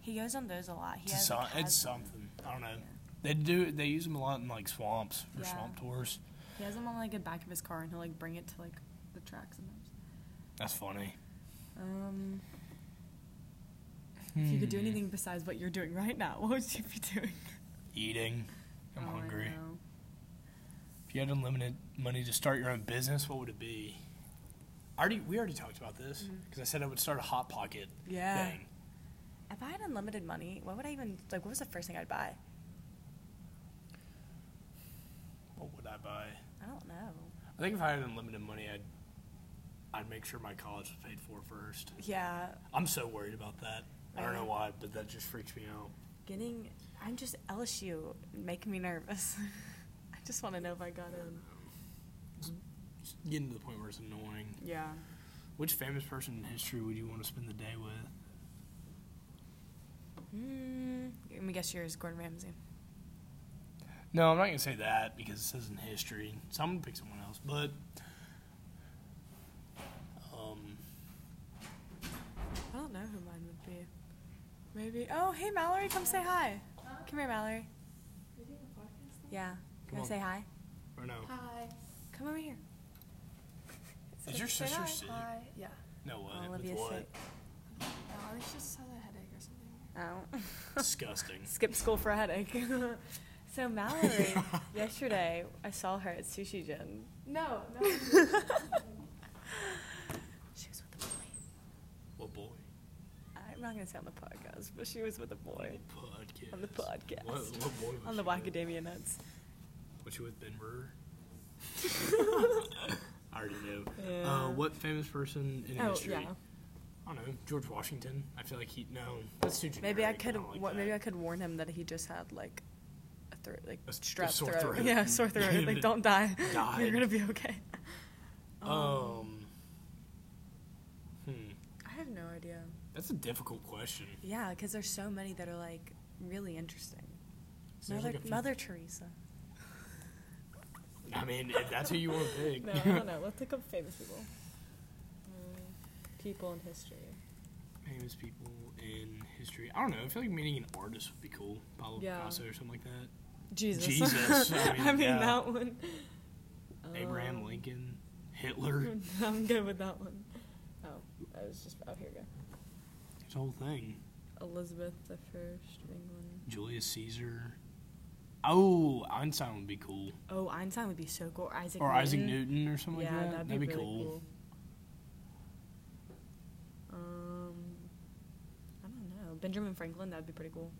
Speaker 1: He goes on those a lot. He
Speaker 2: it's, a
Speaker 1: has, like,
Speaker 2: so- it's
Speaker 1: has one.
Speaker 2: something. I don't know.
Speaker 1: Yeah.
Speaker 2: They do, they use them a lot in like swamps for
Speaker 4: Yeah.
Speaker 2: swamp tours.
Speaker 4: He has them on like the back of his car, and he'll like bring it to like the track sometimes.
Speaker 2: That's funny.
Speaker 4: Um, if you could do
Speaker 2: Hmm.
Speaker 4: anything besides what you're doing right now, what would you be doing?
Speaker 2: Eating. I'm
Speaker 4: Oh, I
Speaker 2: hungry.
Speaker 4: know.
Speaker 2: If you had unlimited money to start your own business, what would it be? I already, we already talked about this because I said I would start a hot pocket
Speaker 4: Mm-hmm. Yeah.
Speaker 2: thing.
Speaker 1: If I had unlimited money, what would I even like? What was the first thing I'd buy?
Speaker 2: What would I buy?
Speaker 1: I don't know.
Speaker 2: I think if I had unlimited money, I'd, I'd make sure my college was paid for first.
Speaker 1: Yeah,
Speaker 2: I'm so worried about that. I don't know
Speaker 1: Really?
Speaker 2: why, but that just freaks me out.
Speaker 1: getting. I'm just LSU making me nervous. I just want to know if I got in.
Speaker 2: It's getting to the point where it's annoying.
Speaker 4: Yeah.
Speaker 2: Which famous person in history would you want to spend the day with?
Speaker 1: Mm, let me guess yours, Gordon Ramsay.
Speaker 2: No, I'm not gonna say that because it says in history. So I'm gonna pick someone else. But um,
Speaker 4: I don't know who mine would be.
Speaker 1: Maybe. Oh, hey, Mallory, come say hi. Come here, Mallory. Yeah. Can
Speaker 2: Come
Speaker 1: I
Speaker 2: on.
Speaker 1: say hi?
Speaker 2: or no?
Speaker 5: Hi.
Speaker 1: Come over here.
Speaker 2: Is your
Speaker 1: Say
Speaker 2: sister
Speaker 1: hi.
Speaker 2: sick?
Speaker 5: Hi. Yeah.
Speaker 2: No way.
Speaker 1: Oh,
Speaker 2: With
Speaker 1: Olivia's
Speaker 2: what?
Speaker 1: sick.
Speaker 5: No, Oh, I was just had a headache or something.
Speaker 1: Oh.
Speaker 2: Disgusting.
Speaker 1: Skip school for a headache. so Mallory, yesterday I saw her at Sushi Gin.
Speaker 5: No, no.
Speaker 1: She was with a boy.
Speaker 2: what boy?
Speaker 1: I'm not gonna say on the podcast, but she was with a boy
Speaker 2: Podcast.
Speaker 1: on the podcast,
Speaker 2: What, what boy? Was
Speaker 1: on the
Speaker 2: she with?
Speaker 1: Wacademia Nuts.
Speaker 2: Was she with Ben Burr? I already knew. Uh, what famous person in
Speaker 4: Oh,
Speaker 2: history?
Speaker 4: yeah.
Speaker 2: I don't know. George Washington. I feel like he no. That's too generic.
Speaker 1: Maybe I could.
Speaker 2: don't like
Speaker 1: wa-
Speaker 2: that.
Speaker 1: maybe I could warn him that he just had like a throat, like
Speaker 2: A s- a
Speaker 1: strep
Speaker 2: sore
Speaker 1: throat.
Speaker 2: throat.
Speaker 1: Yeah, sore throat. like don't die.
Speaker 2: Died.
Speaker 1: You're gonna be okay.
Speaker 2: Um. Hmm.
Speaker 4: I have no idea.
Speaker 2: That's a difficult question.
Speaker 1: Yeah, because there's so many that are like really interesting.
Speaker 2: So there's
Speaker 1: Mother,
Speaker 2: like a few-
Speaker 1: Mother Teresa.
Speaker 2: I mean, if that's who you want to pick.
Speaker 4: No, I don't know. Let's look up famous people. Mm, people in history.
Speaker 2: Famous people in history. I don't know. I feel like meeting an artist would be cool. Pablo
Speaker 4: Yeah.
Speaker 2: Picasso or something like that.
Speaker 4: Jesus.
Speaker 2: Jesus, I mean, yeah.
Speaker 4: that one.
Speaker 1: Uh.
Speaker 2: Abraham
Speaker 4: Um,
Speaker 2: Lincoln, Hitler.
Speaker 1: Hmm.
Speaker 4: I'm good with that one. Oh, I was just. Oh, here we go.
Speaker 2: His whole thing.
Speaker 4: Elizabeth the First of England.
Speaker 2: Julius Caesar. Oh, Einstein would be cool.
Speaker 4: Oh, Einstein would be so cool. Isaac
Speaker 2: or
Speaker 4: Newton.
Speaker 2: Isaac Newton or something like that. That'd, be,
Speaker 4: really
Speaker 2: cool.
Speaker 4: cool. Um, I don't know. Benjamin Franklin. That'd be pretty cool.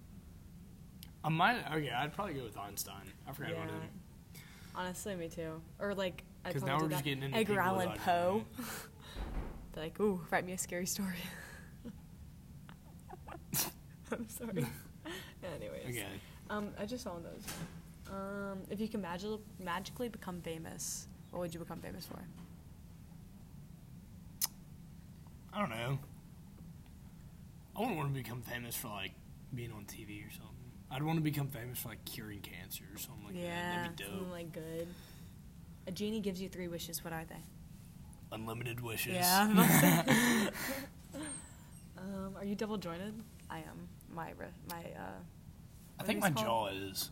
Speaker 2: I might. Okay, I'd probably go with Einstein. I forgot about
Speaker 4: Yeah.
Speaker 2: him.
Speaker 4: Honestly, me too. Or like, I
Speaker 2: Because now we're just getting into people
Speaker 1: Edgar
Speaker 2: that
Speaker 1: Allan
Speaker 2: I don't
Speaker 1: Poe.
Speaker 2: know.
Speaker 4: like, ooh, write me a scary story. I'm sorry. Anyways,
Speaker 2: Okay.
Speaker 4: um, I just saw one of those. Um, if you can magi- magically become famous, what would you become famous for?
Speaker 2: Oh I don't know. I wouldn't want to become famous for like being on TV or something. I'd want to become famous for like curing cancer or something like that. That'd be dope.
Speaker 4: something like good.
Speaker 1: A genie gives you three wishes. What are they?
Speaker 2: Unlimited wishes.
Speaker 1: Yeah. I'm about to say. um, are you double jointed? I am. My re- my. Uh,
Speaker 2: I
Speaker 1: what
Speaker 2: think
Speaker 1: are
Speaker 2: my
Speaker 1: these
Speaker 2: jaw
Speaker 1: called?
Speaker 2: is.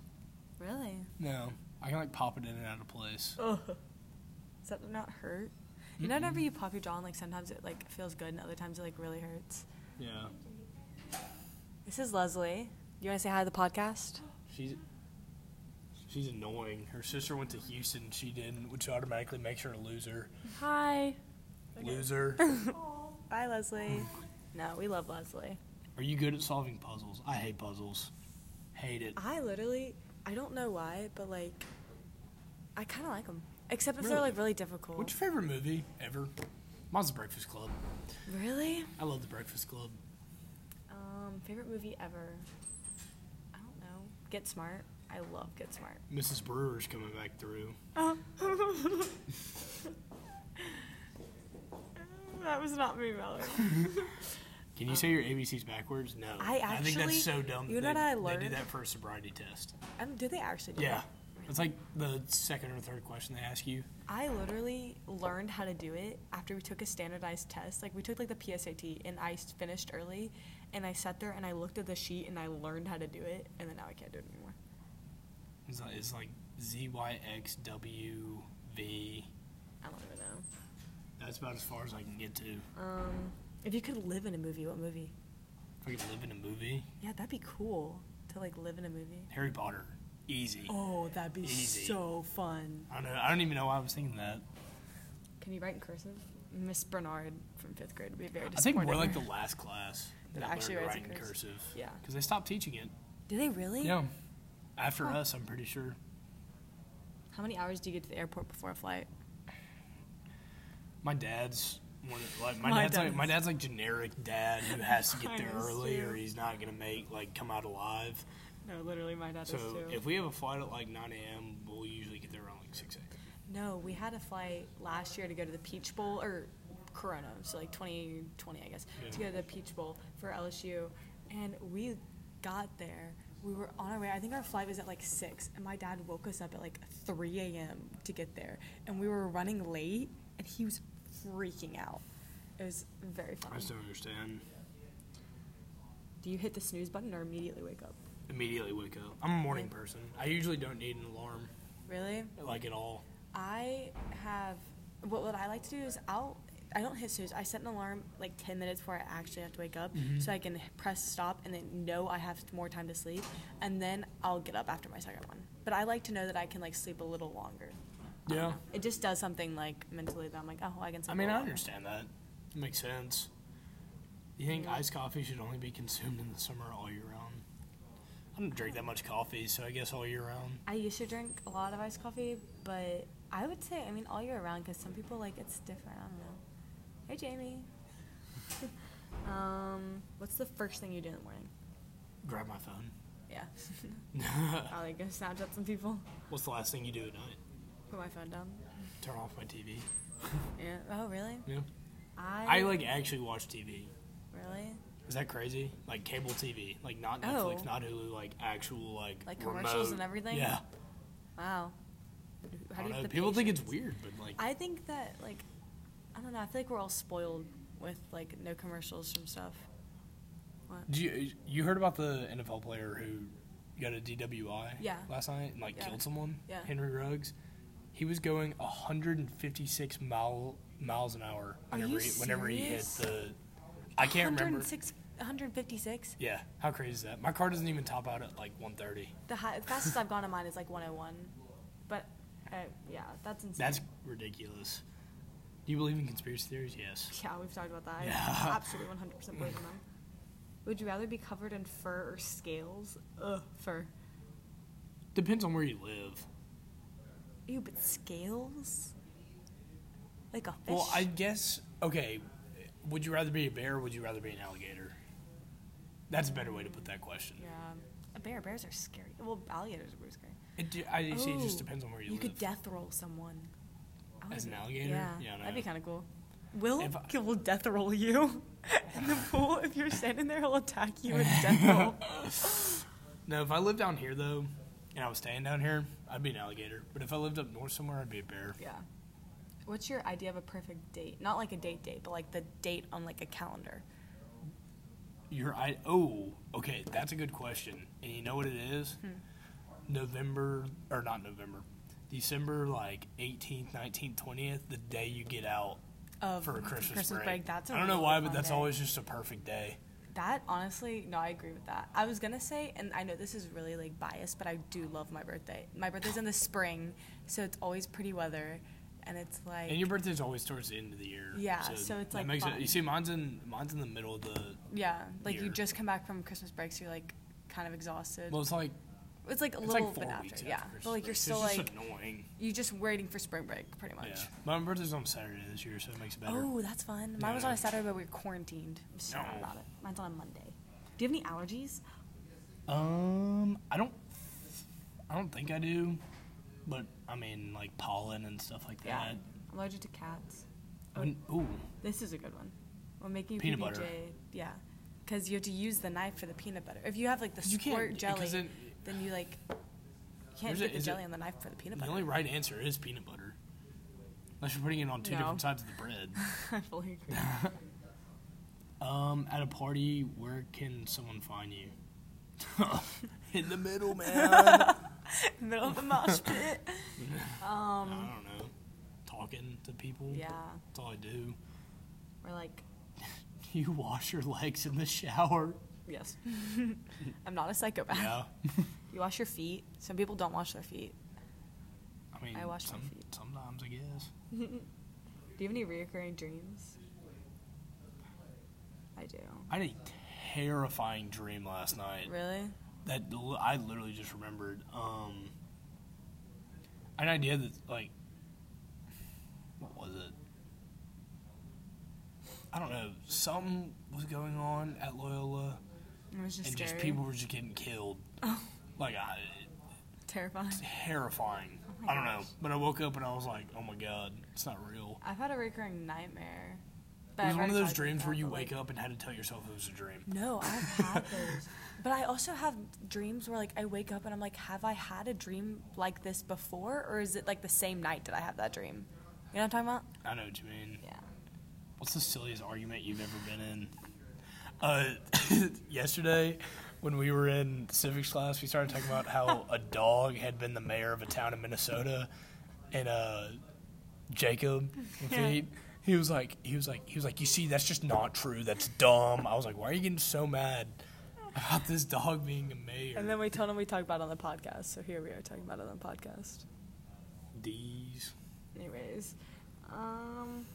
Speaker 1: Really?
Speaker 2: No, I can like pop it in and out of place.
Speaker 1: Ugh. Does Oh. that not hurt? You know, whenever you pop your jaw, and like sometimes it like feels good, and other times it like really hurts.
Speaker 2: Yeah,
Speaker 5: This is Leslie. You want to say hi to the podcast?
Speaker 2: she's she's annoying. Her sister went to Houston. She didn't, which automatically makes her a loser.
Speaker 1: Hi.
Speaker 2: Loser.
Speaker 5: Bye, Leslie.
Speaker 1: No, we love Leslie.
Speaker 2: Are you good at solving puzzles? I hate puzzles. Hate it.
Speaker 5: I literally, I don't know why, but like, I kind of like them. Except if they're
Speaker 2: Really?
Speaker 5: like really difficult.
Speaker 2: What's your favorite movie ever? Mine's The Breakfast Club.
Speaker 5: really?
Speaker 2: I love The Breakfast Club.
Speaker 1: Um, favorite movie ever? I don't know. Get Smart. I love Get Smart.
Speaker 2: Mrs. Brewer's coming back through.
Speaker 5: Uh-huh.
Speaker 1: that was not me, Mallory.
Speaker 2: Can you say your ABCs backwards? No.
Speaker 5: Um, I
Speaker 2: think that's
Speaker 5: actually-
Speaker 2: so dumb.
Speaker 5: you
Speaker 2: that
Speaker 5: know what I
Speaker 2: they, They
Speaker 5: learned?
Speaker 2: do that for a sobriety test.
Speaker 5: Um, do they actually do
Speaker 2: Yeah.
Speaker 5: that?
Speaker 2: It's like the second or third question they ask you.
Speaker 1: I literally learned how to do it after we took a standardized test. Like we took like the PSAT, and I s- finished early, and I sat there and I looked at the sheet and I learned how to do it, and then now I can't do it anymore.
Speaker 2: It's like, it's uh, like ZYXWV.
Speaker 1: I don't even know.
Speaker 2: That's about as far as I can get to.
Speaker 1: Um, if you could live in a movie, what movie?
Speaker 2: If I could live in a movie,
Speaker 1: Yeah, that'd be cool to like live in a movie.
Speaker 2: Harry Potter. Easy.
Speaker 1: Oh, that'd be
Speaker 2: Easy.
Speaker 1: so fun.
Speaker 2: I don't know. I don't even know why I was thinking that.
Speaker 1: Can you write in cursive? Miss Bernard from fifth grade would be very
Speaker 2: I think
Speaker 1: disappointed.
Speaker 2: we're like the last class that
Speaker 1: That actually
Speaker 2: actually learned to
Speaker 1: writes
Speaker 2: write
Speaker 1: in
Speaker 2: in
Speaker 1: cursive.
Speaker 2: cursive.
Speaker 1: Yeah.
Speaker 2: Because they stopped teaching it.
Speaker 5: Do they really?
Speaker 2: After us, I'm pretty sure.
Speaker 1: How many hours do you get to the airport before a flight?
Speaker 2: My dad's one of, like my,
Speaker 1: My
Speaker 2: dad's like my
Speaker 1: dad's-
Speaker 2: dad's like generic dad who has to get there
Speaker 1: Mine is
Speaker 2: early
Speaker 1: too.
Speaker 2: or he's not gonna make like come out alive.
Speaker 1: No, literally, my dad
Speaker 2: So
Speaker 1: is too.
Speaker 2: if we have a flight at like 9 a.m., we'll usually get there around like 6 a.m.
Speaker 1: No, we had a flight last year to go to the Peach Bowl or Corona, so like 2020, I guess, to go
Speaker 2: Yeah.
Speaker 1: to the Peach Bowl for LSU. And we got there. We were on our way. I think our flight was at like 6, and my dad woke us up at like 3 a.m. to get there. And we were running late, and he was freaking out. It was very
Speaker 2: I
Speaker 1: fun.
Speaker 2: just don't understand.
Speaker 1: Do you hit the snooze button or immediately wake up?
Speaker 2: Immediately wake up. I'm a morning person. I usually don't need an alarm
Speaker 1: Really?
Speaker 2: like at all.
Speaker 1: I have what what I like to do is I'll I don't hit snooze. I set an alarm like 10 minutes before I actually have to wake up
Speaker 2: Mm-hmm.
Speaker 1: so I can h- press stop and then know I have more time to sleep and then I'll get up after my second one. But I like to know that I can like sleep a little longer.
Speaker 2: Yeah.
Speaker 1: It just does something like mentally that I'm like, "Oh, I can sleep."
Speaker 2: I
Speaker 1: a
Speaker 2: mean, I
Speaker 1: little longer."
Speaker 2: understand that. It makes sense. You think iced coffee should only be consumed in the summer all year round? I don't drink that much coffee, so I guess all year round.
Speaker 1: I used to drink a lot of iced coffee, but I would say, I mean, all year round because some people like it's different. I don't know. Hey, Jamie. um, what's the first thing you do in the morning?
Speaker 2: Grab my phone.
Speaker 1: Yeah. Probably gonna Snapchat some people.
Speaker 2: What's the last thing you do at night?
Speaker 1: Put my phone down.
Speaker 2: Turn off my TV.
Speaker 1: Yeah. Oh, really?
Speaker 2: Yeah.
Speaker 1: I,
Speaker 2: I like actually watch TV.
Speaker 1: really
Speaker 2: Is that crazy? Like cable TV, like not Netflix,
Speaker 1: Oh.
Speaker 2: not Hulu, like actual like
Speaker 1: Like commercials
Speaker 2: remote-
Speaker 1: and everything?
Speaker 2: Yeah.
Speaker 1: wow.
Speaker 2: I
Speaker 1: How do
Speaker 2: don't
Speaker 1: you
Speaker 2: know.
Speaker 1: get the
Speaker 2: People think it's
Speaker 1: patience?
Speaker 2: weird, but like
Speaker 1: I think that like I don't know. I feel like we're all spoiled with like no commercials from stuff.
Speaker 2: Did you you heard about the NFL player who got a DWI
Speaker 1: Yeah.
Speaker 2: last night and like
Speaker 1: Yeah.
Speaker 2: killed someone?
Speaker 1: Yeah.
Speaker 2: Henry Ruggs. He was going 156 mile, miles an hour
Speaker 1: Are
Speaker 2: whenever
Speaker 1: you
Speaker 2: he, whenever he hit
Speaker 1: serious?
Speaker 2: the. I can't remember.
Speaker 1: 106, 156.
Speaker 2: Yeah, how crazy is that? My car doesn't even top out at like 130.
Speaker 1: The high, fastest I've gone on mine is like 101. But uh, yeah, that's insane.
Speaker 2: That's ridiculous. Do you believe in conspiracy theories? Yes.
Speaker 1: yeah, we've talked about that.
Speaker 2: Yeah.
Speaker 1: I absolutely 100% believe in them. Would you rather be covered in fur or scales? Ugh, fur.
Speaker 2: Depends on where you live.
Speaker 1: Ew, but scales? Like a fish?
Speaker 2: Well, I guess okay. Would you rather be a bear? or Would you rather be an alligator? That's a better way to put that question.
Speaker 1: Yeah. A bear. Bears are scary. Well, alligators are pretty scary.
Speaker 2: It, ju- I see. It just depends on where you,
Speaker 1: Oh, You
Speaker 2: live.
Speaker 1: could death roll someone. I wanna
Speaker 2: As an
Speaker 1: be-
Speaker 2: alligator?
Speaker 1: Yeah.
Speaker 2: Yeah, I
Speaker 1: That'd
Speaker 2: know.
Speaker 1: be kind of cool. Will
Speaker 2: If I-
Speaker 1: he will death roll you in the pool if you're standing there. He'll attack you with death roll.
Speaker 2: no, if I lived down here though, and I was staying down here, I'd be an alligator. But if I lived up north somewhere, I'd be a bear.
Speaker 1: Yeah. What's your idea of a perfect date? Not like a date date, but like the date on like a calendar.
Speaker 2: Your I oh okay, that's a good question. And you know what it is?
Speaker 1: Hmm.
Speaker 2: November or not November, December like eighteenth, nineteenth, twentieth, the day you get out
Speaker 1: Of
Speaker 2: for a Christmas,
Speaker 1: Christmas
Speaker 2: break.
Speaker 1: break, that's a
Speaker 2: I don't know
Speaker 1: really
Speaker 2: why,
Speaker 1: good
Speaker 2: but that's
Speaker 1: Monday.
Speaker 2: always just a perfect day.
Speaker 1: That honestly, no, I agree with that. I was gonna say, and I know this is really like biased, but I do love my birthday. My birthday's in the spring, so it's always pretty weather, and it's like
Speaker 2: And your birthday's always towards the end of the year.
Speaker 1: Yeah, so it's,
Speaker 2: that
Speaker 1: like,
Speaker 2: makes it,
Speaker 1: fun.
Speaker 2: you see mine's in mine's in the middle of the
Speaker 1: yeah, like you
Speaker 2: year.
Speaker 1: just come back from Christmas break, so you're like kind of exhausted.
Speaker 2: well it's like
Speaker 1: it's like a
Speaker 2: it's
Speaker 1: little
Speaker 2: like four
Speaker 1: bit
Speaker 2: weeks
Speaker 1: after, yeah,
Speaker 2: Christmas
Speaker 1: but like
Speaker 2: break,
Speaker 1: you're
Speaker 2: so
Speaker 1: still
Speaker 2: it's
Speaker 1: like
Speaker 2: just annoying.
Speaker 1: you're just waiting for spring break, pretty much.
Speaker 2: Yeah. My birthday's on Saturday this year, so it makes it better.
Speaker 1: Oh, that's fun. Mine was
Speaker 2: Yeah.
Speaker 1: on a Saturday, but we were quarantined. I'm so mad
Speaker 2: No.
Speaker 1: about it. Mine's on a Monday. Do you have any allergies?
Speaker 2: Um, I don't, I don't think I do, but I mean like pollen and stuff like that.
Speaker 1: I'm allergic to cats.
Speaker 2: I'm-
Speaker 1: Oh.
Speaker 2: ooh,
Speaker 1: This is a good one. We're making
Speaker 2: Peanut
Speaker 1: PBJ.
Speaker 2: butter.
Speaker 1: Yeah. Because you have to use the knife for the peanut butter. If you have like the
Speaker 2: You can't-
Speaker 1: squirt jelly,
Speaker 2: because it-
Speaker 1: then you like you can't
Speaker 2: There's a-
Speaker 1: get the
Speaker 2: is it-
Speaker 1: jelly on the knife for the peanut
Speaker 2: the
Speaker 1: butter.
Speaker 2: only right answer is peanut butter. Unless you're putting it on two
Speaker 1: No.
Speaker 2: different sides of the bread.
Speaker 1: I fully agree.
Speaker 2: Um, at a party, where can someone find you? In the middle, man.
Speaker 1: Middle of the mosh pit.
Speaker 2: I don't know. Talking to people.
Speaker 1: Um, Yeah.
Speaker 2: That's all I do.
Speaker 1: We're like,
Speaker 2: You wash your legs in the shower.
Speaker 1: yes. I'm not a psychopath.
Speaker 2: Yeah.
Speaker 1: You wash your feet. Some people don't wash their feet.
Speaker 2: I mean,
Speaker 1: I wash my
Speaker 2: some,
Speaker 1: feet.
Speaker 2: sometimes I guess.
Speaker 1: Do you have any reoccurring dreams? I do.
Speaker 2: I had a terrifying dream last night.
Speaker 1: Really?
Speaker 2: that li- I literally just remembered. Um, an idea that like, what was it? I don't know. Something was going on at Loyola,
Speaker 1: It was just
Speaker 2: and
Speaker 1: scary. Oh.
Speaker 2: just people were just getting killed. Like, I,
Speaker 1: Terrifying.
Speaker 2: terrifying.
Speaker 1: Oh my
Speaker 2: I don't know.
Speaker 1: gosh.
Speaker 2: But I woke up and I was like, oh my god, it's not real.
Speaker 1: I've had a recurring nightmare.
Speaker 2: It was one of those dreams where you wake up and had to tell yourself it was a dream.
Speaker 6: No,
Speaker 1: I've
Speaker 6: I
Speaker 1: had those. But I also have dreams where like I wake up and I'm like, have I had a dream like this before, or is it like the same night that I have that dream? You know what I'm talking about?
Speaker 2: I know what you mean.
Speaker 1: Yeah.
Speaker 2: What's the silliest argument you've ever been in? Uh, yesterday, when we were in civics class, we started talking about how a dog had been the mayor of a town in Minnesota, and uh, Jacob, Lafitte, he was like, he was like, he was like, you see, that's just not true. That's dumb. I was like, why are you getting so mad about this dog being the mayor?
Speaker 6: And then we told him we talked about it on the podcast. So here we are talking about it on the podcast.
Speaker 2: D's.
Speaker 1: Anyways, um,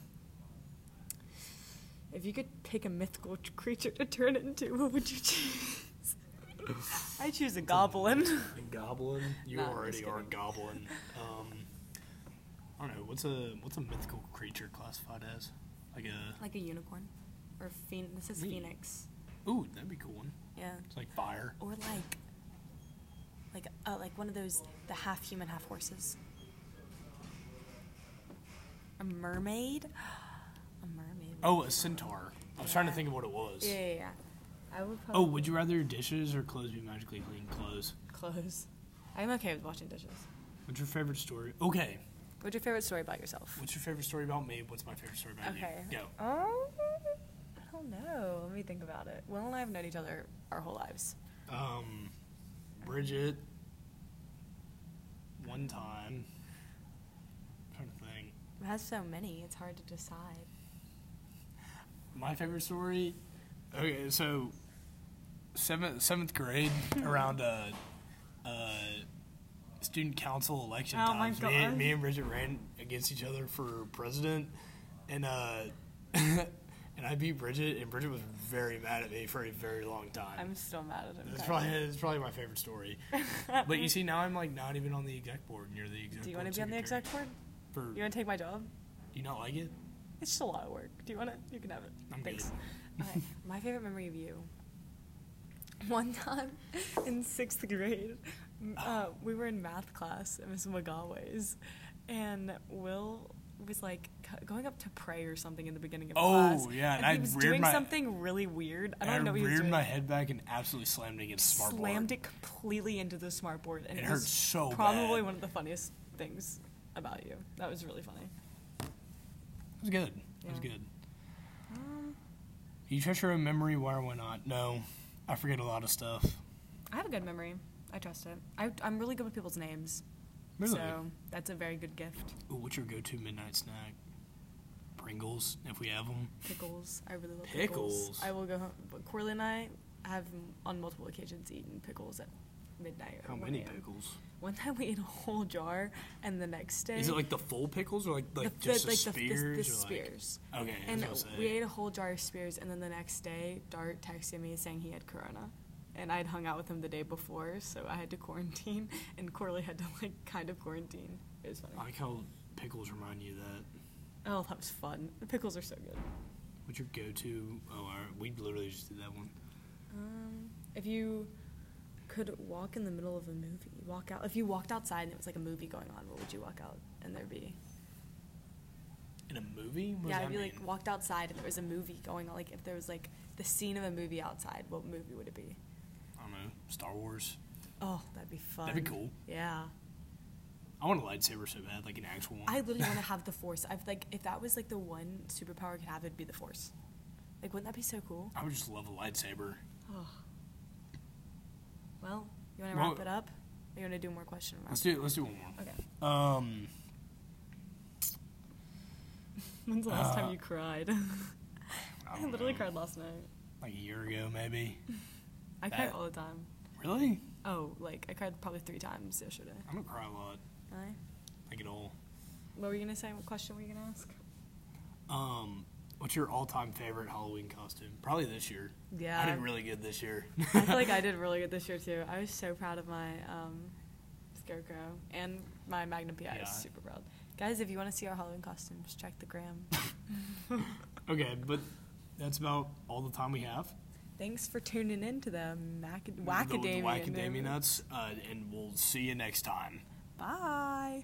Speaker 1: if you could pick a mythical t- creature to turn into, what would you choose? I choose a goblin.
Speaker 2: Goblin. You
Speaker 1: No, I'm
Speaker 2: already
Speaker 1: just
Speaker 2: are a
Speaker 1: kidding.
Speaker 2: goblin. Um, I don't know. What's a what's a mythical creature classified as? Like a
Speaker 1: like a unicorn, or phoenix. This is
Speaker 2: Me.
Speaker 1: phoenix.
Speaker 2: ooh, that'd be a cool one.
Speaker 1: Yeah.
Speaker 2: It's like fire.
Speaker 1: Or like, like uh, like one of those the half human half horses. A mermaid. A mermaid.
Speaker 2: Oh, a centaur. I was trying to
Speaker 1: Yeah.
Speaker 2: think of what it was.
Speaker 1: Yeah, yeah, yeah. I would
Speaker 2: Oh,
Speaker 1: probably
Speaker 2: would you rather your dishes or clothes be magically clean? Clothes.
Speaker 1: close. I'm okay with washing dishes.
Speaker 2: What's your favorite story? Okay.
Speaker 6: What's your favorite story about yourself?
Speaker 2: What's your favorite story about me? What's my favorite story about
Speaker 6: Okay.
Speaker 2: you? Go.
Speaker 6: Um, I don't know. Let me think about it. Will and I have known each other our whole lives.
Speaker 2: Um, Bridget. One time. trying to think.
Speaker 1: It has so many, it's hard to decide.
Speaker 2: My favorite story. Okay, so seventh seventh grade around uh, uh, student council election
Speaker 1: Oh my
Speaker 2: times. Me, and-
Speaker 1: God.
Speaker 2: me and Bridget ran against each other for president, and uh, and I beat Bridget, and Bridget was very mad at me for a very long time.
Speaker 1: I'm still mad at him.
Speaker 2: that's probably that's probably my favorite story. but you see, now I'm like not even on the exec board, and you're the exec.
Speaker 6: Do you
Speaker 2: board
Speaker 6: want to be on the
Speaker 2: secretary.
Speaker 6: exec board?
Speaker 2: For,
Speaker 6: You want to take my job?
Speaker 2: you not like it?
Speaker 6: It's just a lot of work. Do you want it? You can have it.
Speaker 2: I'm
Speaker 6: Thanks.
Speaker 2: good.
Speaker 1: Okay, my favorite memory of you.
Speaker 6: One time in sixth grade, m- uh, we were in math class at Miss McGalway's, and Will
Speaker 1: was like c- going up to pray or something in the beginning of
Speaker 2: Oh,
Speaker 1: class.
Speaker 2: yeah, and
Speaker 1: and,
Speaker 2: I
Speaker 1: he was
Speaker 2: reared
Speaker 1: doing
Speaker 2: my-
Speaker 1: something really weird. I
Speaker 2: And
Speaker 1: don't know what he was
Speaker 2: reared
Speaker 1: doing.
Speaker 2: my head back and absolutely slammed it against smart
Speaker 1: slammed
Speaker 2: board.
Speaker 1: it completely into the smart board, and
Speaker 2: It
Speaker 1: it,
Speaker 2: hurt
Speaker 1: was
Speaker 2: so
Speaker 1: probably
Speaker 2: bad.
Speaker 1: one of the funniest things about you. That was really funny.
Speaker 2: It was good. It was
Speaker 1: Yeah.
Speaker 2: good.
Speaker 6: Um,
Speaker 2: You treasure a memory, why or why not? No, I forget a lot of stuff.
Speaker 1: I have a good memory. I trust it. I, I'm really good with people's names,
Speaker 2: Really?
Speaker 1: so that's a very good gift.
Speaker 2: Ooh, what's your go-to midnight snack? Pringles, if we have them.
Speaker 1: Pickles. I really love pickles.
Speaker 2: Pickles.
Speaker 1: I will go home. But Corley and I have on multiple occasions eaten pickles at midnight. or
Speaker 2: How
Speaker 1: 1
Speaker 2: many
Speaker 1: a.m..
Speaker 2: pickles?
Speaker 1: One time we ate a whole jar, and the next day.
Speaker 2: Is it like the full pickles or like
Speaker 1: the-
Speaker 2: like
Speaker 1: the-
Speaker 2: just the,
Speaker 1: like the- the-
Speaker 2: spears?
Speaker 1: the
Speaker 2: or like-
Speaker 1: spears.
Speaker 2: Okay, I was
Speaker 1: And
Speaker 2: gonna say.
Speaker 1: we ate a whole jar of spears, and then the next day, Dart texted me saying he had corona. And I'd hung out with him the day before, so I had to quarantine, and Corley had to, like, kind of quarantine. It was funny.
Speaker 2: I like how pickles remind you of that.
Speaker 1: Oh, that was fun. The pickles are so good.
Speaker 2: What's your go-to? Oh, all right, we literally just did that one.
Speaker 1: Um, if you could walk in the middle of a movie, walk out. If you walked outside and it was like a movie going on, what would you walk out and there be?
Speaker 2: In a movie? What
Speaker 1: yeah, if
Speaker 2: does that
Speaker 1: you
Speaker 2: mean?
Speaker 1: like walked outside and there was a movie going on, like if there was like the scene of a movie outside, what movie would it be?
Speaker 2: I don't know. Star Wars.
Speaker 1: Oh, that'd be fun.
Speaker 2: That'd be cool.
Speaker 1: Yeah,
Speaker 2: I want a lightsaber so bad, like an actual one.
Speaker 1: I literally want to have the Force. I've like if that was like the one superpower I could have, it'd be the Force. Like, wouldn't that be so cool?
Speaker 2: I would just love a lightsaber.
Speaker 1: Oh. Well, you want to
Speaker 2: Well-
Speaker 1: wrap it up? Or you want to do more question
Speaker 2: Let's
Speaker 1: rounds?
Speaker 2: do let's do one more.
Speaker 1: Okay.
Speaker 2: Um,
Speaker 1: When's the last
Speaker 2: Uh,
Speaker 1: time you cried?
Speaker 2: I
Speaker 1: I
Speaker 2: don't
Speaker 1: literally
Speaker 2: know,
Speaker 1: cried last night.
Speaker 2: like a year ago, maybe.
Speaker 1: I cry
Speaker 2: That-
Speaker 1: all the time.
Speaker 2: Really?
Speaker 1: Oh, like I cried probably three times yesterday.
Speaker 2: I don't cry a lot,
Speaker 1: Really?
Speaker 2: like at all.
Speaker 1: What were you gonna say? What question were you gonna ask?
Speaker 2: Um, what's your all-time favorite Halloween costume? Probably this year.
Speaker 1: Yeah.
Speaker 2: I did really good this year.
Speaker 1: I feel like I did really good this year too. I was so proud of my um, scarecrow and my Magnum PI. I
Speaker 2: Yeah.
Speaker 1: was super proud. Guys, if you want to see our Halloween costumes, check the gram.
Speaker 2: okay, but that's about all the time we have.
Speaker 1: Thanks for tuning in to the Mac-
Speaker 2: The- the
Speaker 1: Wackadamia.
Speaker 2: Wackadamia
Speaker 1: Nuts.
Speaker 2: nuts, uh, and we'll see you next time.
Speaker 1: Bye.